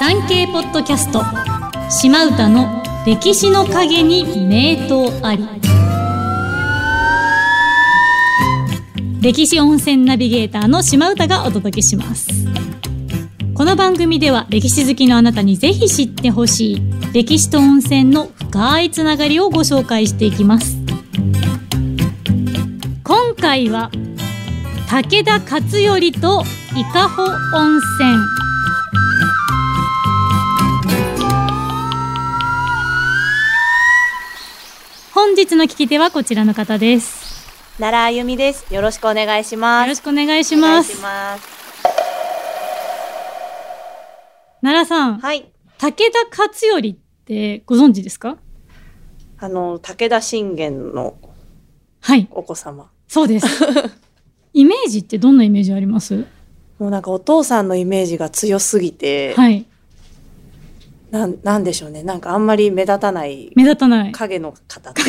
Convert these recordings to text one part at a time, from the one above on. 産経ポッドキャスト島唄の歴史の陰に名刀あり歴史温泉ナビゲーターの島唄がお届けしますこの番組では歴史好きのあなたにぜひ知ってほしい歴史と温泉の深いつながりをご紹介していきます今回は武田勝頼と伊香保温泉本日の聞き手はこちらの方です奈良あゆみです。よろしくお願いしまよす。ろしくお願いしますお願いします奈良さんはい。武田勝頼ってご存知ですかあの、武田信玄のはいお子様。そう ですイメージってどんなイメージありますもうなんかお父さんのイメージが強すぎて、はいなん、なんでしょうね。なんかあんまり目立たない目立たない影の方とか。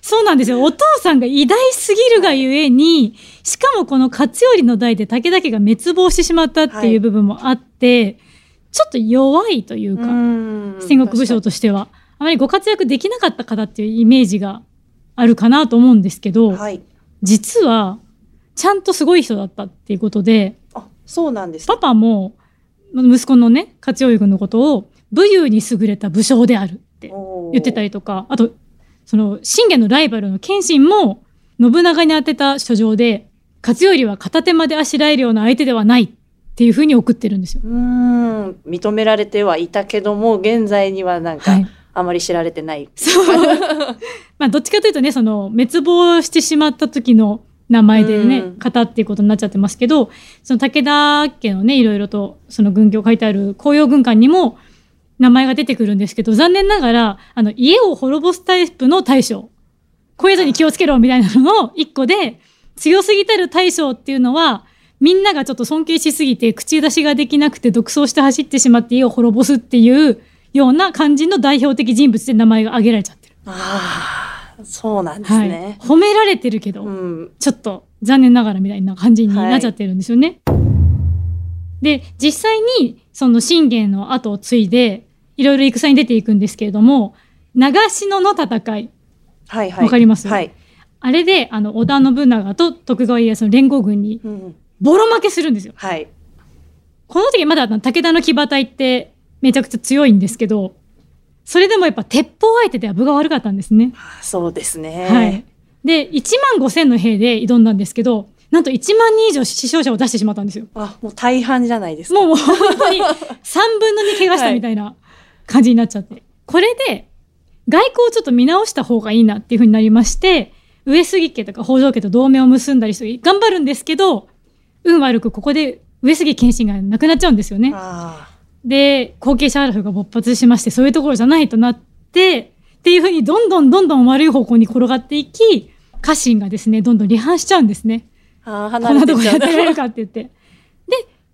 そうなんですよ。お父さんが偉大すぎるがゆえに、しかもこの勝頼の代で武田家が滅亡してしまったってはいいう部分もあって、ちょっと弱いと いううか、ん戦国武将としては、あまりご活躍できなかった方っていうイメージがあるかなと思うんですけど、確かにはい。実は、ちゃんとすごい人だったっていうことで、あ、そうなんですね。パパも、息子のね、勝頼君のことを、武勇に優れた武将であるって言ってたり。りとか、あと、その、信玄のライバルの謙信も、信長に宛てた書状で、勝頼は片手まであしらえるような相手ではないっていうふうに送ってるんですよ。うーん。認められてはいたけども、現在にはなんか、はい。あまり知られてない。そう。まあ、どっちかというとね、その、滅亡してしまった時の名前でねうん、型っていうことになっちゃってますけど、その武田家のね、いろいろと、その軍記を書いてある紅葉軍艦にも、名前が出てくるんですけど、残念ながら、あの、家を滅ぼすタイプの大将。こういうのに気をつけろみたいなのの一個で、強すぎたる大将っていうのは、みんながちょっと尊敬しすぎて、口出しができなくて、独走して走ってしまって家を滅ぼすっていうような感じの代表的人物で名前が挙げられちゃってる。 ああ、そうなんですね。褒められてるけど、うん。ちょっと残念ながらみたいな感じにはいなっちゃってるんですよね。で、実際にその信玄の後を継いで、いろいろ戦に出ていくんですけれども、長篠の戦い、はいはい。わかりますはい。あれで、あの、織田信長と徳川家康の連合軍にうん。ボロ負けするんですよ。はい。この時まだあの武田の騎馬隊ってめちゃくちゃ強いんですけど、それでもやっぱ鉄砲相手では分が悪かったんですね。あそうですね。はい。で、1万5千の兵で挑んだんですけど、なんと1万人以上死傷者を出してしまったんですよ。あ、もう大半じゃないですか。もうもう本当に3分の2怪我したみたいな感じになっちゃって。これで、外交をちょっと見直した方がいいなっていうふうになりまして、上杉家とか北条家と同盟を結んだりして頑張るんですけど、運悪くここで上杉謙信が亡くなっちゃうんですよね。あで、後継者争いが勃発しまして、そういうところじゃないとなって、っていうふうにどんどんどんどん悪い方向に転がっていき、家臣がですね、どんどん離反しちゃうんですね。ーあこー、離んれなてとっこちやゃっうてられるかって言って。で、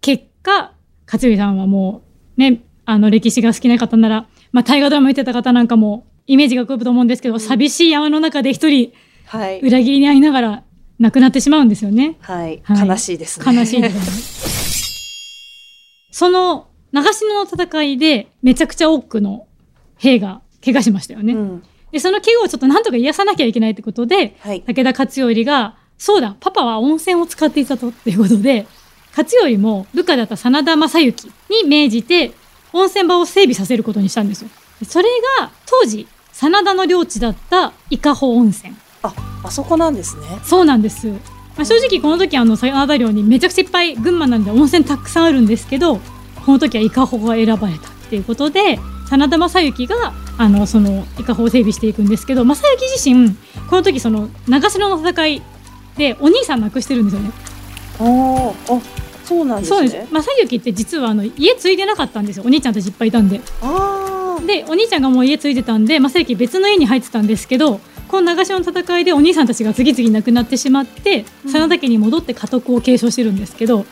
結果、勝頼さんはもう、ね、あの、歴史が好きな方なら、まあ、大河ドラマ見てた方なんかも、イメージが浮くと思うんですけど、ん寂しい山の中で一人、はい。裏切りに遭いながら、亡くなってしまうんですよね。はい。はい悲しいですね。悲しい ですね。その、長篠の戦いで、めちゃくちゃ多くの兵が怪我しましたよね。うん。で、その怪我をちょっとなんとか癒さなきゃいけないってことで、はい。武田勝頼が、そうだ、パパは温泉を使っていたと、っていうことで、勝頼も部下だった真田正幸に命じて、温泉場を整備させることにしたんですよ。それが、当時、真田の領地だった伊香保温泉。あ、あそこなんですね。そうなんです。まあ、正直この時あの真田寮にめちゃくちゃいっぱい群馬なんで温泉たくさんあるんですけどこの時は伊香保が選ばれたっていうことで真田正幸があのその伊香保を整備していくんですけど正幸自身この時その長篠の戦いでお兄さん亡くしてるんですよね。おーあ、そうなんですそうね。です正幸って実はあの家継いでなかったんですよお兄ちゃんたちいっぱいいたんで。ああ。でお兄ちゃんがもう家継いでたんで正行別の家に入ってたんですけどこの長篠の戦いでお兄さんたちが次々亡くなってしまってうん真田家に戻って家督を継承してるんですけど、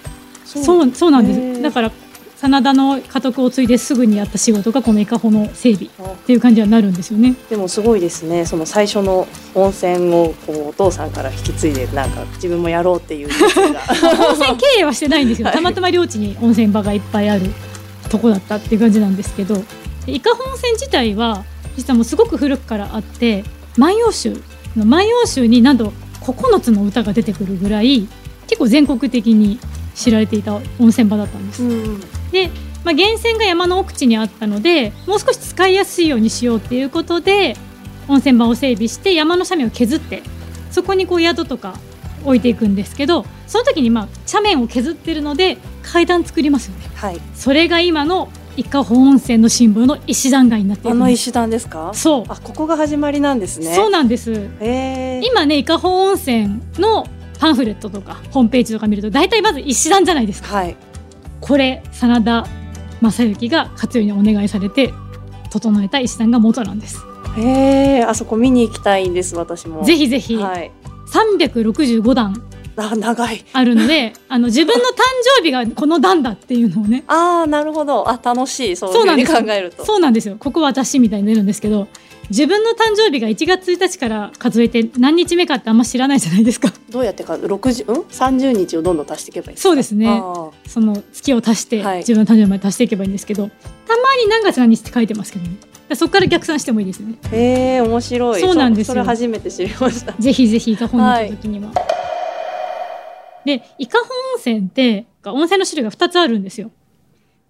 そ。そううそうなんでへすーだから真田の家督を継いですぐにやった仕事がこの伊香保の整備っあていう感じにはなるんですよね。でもすごいですね。その最初の温泉をこうお父さんから引き継いで、なんか自分 もやろうっていう熱意が。温泉経営はしてないんですよはいたまたま領地に温泉場がいっぱいあるとこだったっていう感じなんですけどで伊香本線自体は実はもうすごく古くからあって「万葉集」の「万葉集」になんと9つの歌が出てくるぐらい結構全国的に知られていた温泉場だったんです。うんで、まあ、源泉が山の奥地にあったのでもう少し使いやすいようにしようっていうことで温泉場を整備して山の斜面を削ってそこにこう宿とか置いていくんですけどその時にまあ斜面を削ってるので階段作りますよねはいそれが今の一家本温泉のシンボルの石段街になっていあるんのです石段ですかそう、あここが始まりなんですねそうなんですえー、今ね伊香保温泉のパンフレットとかホームページとか見ると大体まず石段じゃないですかはいこれ真田正幸が勝頼にお願いされて整えた石段が元なんですえー、あそこ見に行きたいんです私もぜひひぜひ、はい365段あ長いあるの であの自分の誕生日がこの段だっていうのをねああなるほどあ楽しいそうそうなんでいうすふうに考えるとそうなんですよここは私みたいに出るんですけど自分の誕生日が1月1日から数えて何日目かってあんま知らないじゃないですか どうやってか六十うん三十日をどんどん足していけばいいんそうですねあその月を足して、はい自分の誕生日まで足していけばいいんですけどたまに何月何日って書いてますけどねだからそこから逆算してもいいですねーえー、面白いそうなんですよそれ初めて知りましたぜひぜひ伊香保に行った時には。で伊香保温泉って温泉の種類が2つあるんですよ。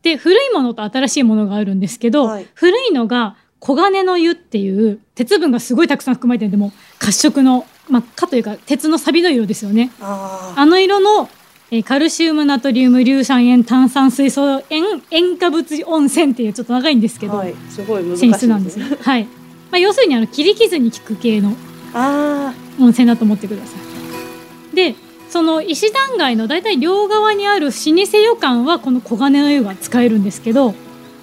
で古いものと新しいものがあるんですけど、はい古いのが黄金の湯っていう鉄分がすごいたくさん含まれてるんでもう褐色の真っ赤というか鉄の錆の色ですよね。あーあの色の、えーカルシウムナトリウム硫酸塩炭酸水素塩塩化物温泉っていうちょっと長いんですけど、はいすごい難しい泉質なんですよ。はい。まあ、要するにあの切り傷に効く系のあ温泉だと思ってください。でその石段街の大体両側にある老舗旅館はこの黄金の湯が使えるんですけど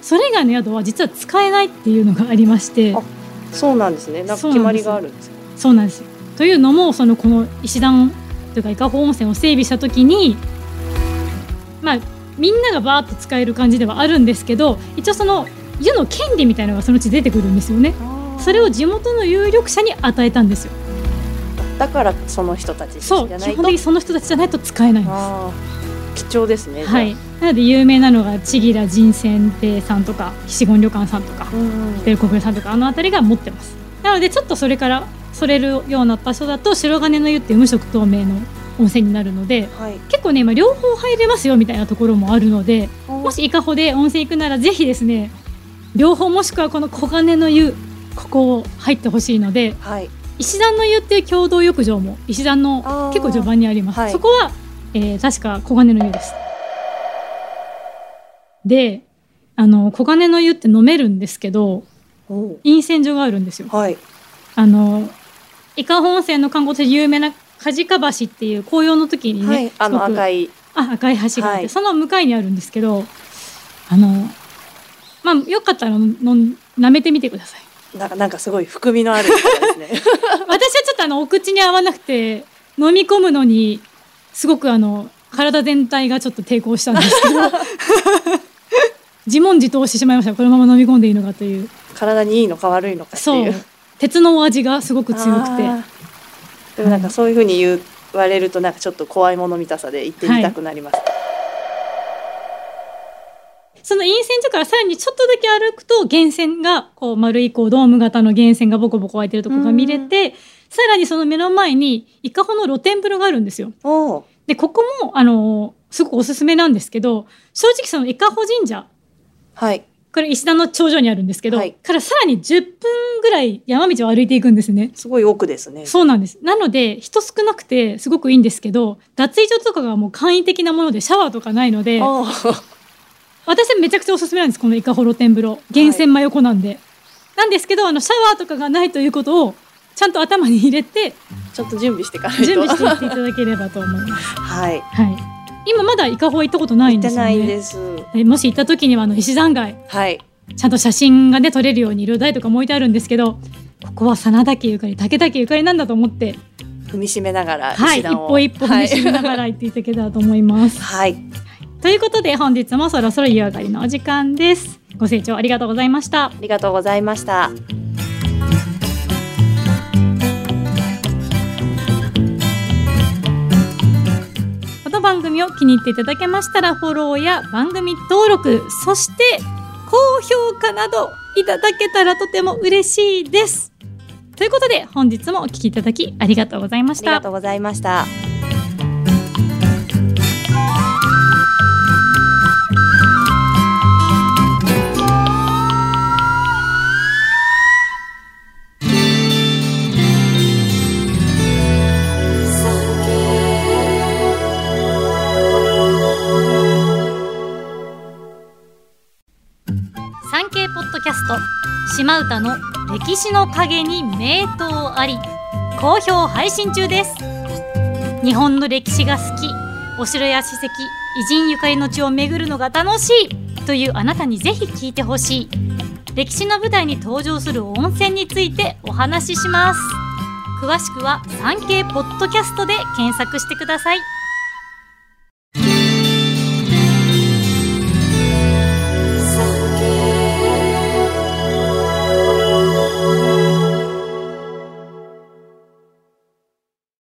それ以外の宿は実は使えないっていうのがありましてああそうなんですねなんかそう決なまんでりすがあるんですねそうなんですよというのもそのこの石段というか伊香保温泉を整備した時にまあみんながバーッと使える感じではあるんですけど一応その湯の権利みたいなのがそのうち出てくるんですよねそれを地元の有力者に与えたんですよだからその人たちじそうゃな基いと本的にその人たちじゃないと使えないんですあー貴重ですねじゃあはい、なので有名なのが千吉良人船亭さんとか岸権旅館さんとかうんホテル国分さんとかあの辺りが持ってますなのでちょっとそれからそれるような場所だと白金の湯っていう無色透明の温泉になるのではい結構ね今両方入れますよみたいなところもあるのでもし伊香保で温泉行くならぜひですね両方もしくはこの黄金の湯ここを入ってほしいのではい石段の湯っていう共同浴場も石段のあー結構序盤にあります、はいそこは、えー確か黄金の湯ですであの黄金の湯って飲めるんですけどおう陰泉所があるんですよはいあの伊香保温泉の観光地で有名な梶川橋っていう紅葉の時にね、はいあのすごく赤いあ赤い橋があって、はいその向かいにあるんですけどあのまあよかったらのの舐めてみてくださいなんかなんかすごい含みのある人ですね 私はちょっとあのお口に合わなくて飲み込むのにすごくあの体全体がちょっと抵抗したんですけ ど自問自答してしまいましたこのまま飲み込んでいいのかという体にいいのか悪いのかってそいうう鉄のお味がすごく強くてあーでもなんかそういうふうに言われるとなんかちょっと怖いもの見たさで行ってみたくなります、その陰線所からさらにちょっとだけ歩くと源泉がこう丸いこうドーム型の源泉がボコボコ湧いてるとこが見れてさらにその目の前に伊香保の露天風呂があるんですよ。おうでここもあのすごくおすすめなんですけど正直その伊香保神社はいこれ石段の頂上にあるんですけど、はいからさらに10分ぐらい山道を歩いていくんですね。すごい奥ですねそうなんです。なので人少なくてすごくいいんですけど脱衣所とかがもう簡易的なものでシャワーとかないのでおう私はめちゃくちゃおすすめなんですこのイカホ露天風呂源泉真横なんで。なんですけどあのシャワーとかがないということをちゃんと頭に入れてちょっと準備していかないと準備していっていただければと思います。 はいはい、今まだイカホは行ったことない行んっでてすよなね。いんですでもし行った時にはあの石段街はいちゃんと写真がね撮れるように色台とかも置いてあるんですけどここは真田家ゆかり武田家ゆかりなんだと思って、踏みしめながはらい、石一段を、歩一歩踏みしめながら行っていただけたらと思います。はい、はい、ということで本日もそろそろ湯上がりのお時間です。ご清聴ありがとうございました。ありがとうございました言葉番組を気に入っていただけましたらフォローや番組登録そして高評価などいただけたらとても嬉しいですということで本日もお聞きいただきありがとうございましりがたとうございました。産経ポッドキャスト島唄の歴史の陰に名刀あり好評配信中です日本の歴史が好きお城や史跡偉人ゆかりの地を巡るのが楽しいというあなたにぜひ聞いてほしい歴史の舞台に登場する温泉についてお話しします詳しくは産経ポッドキャストで検索してください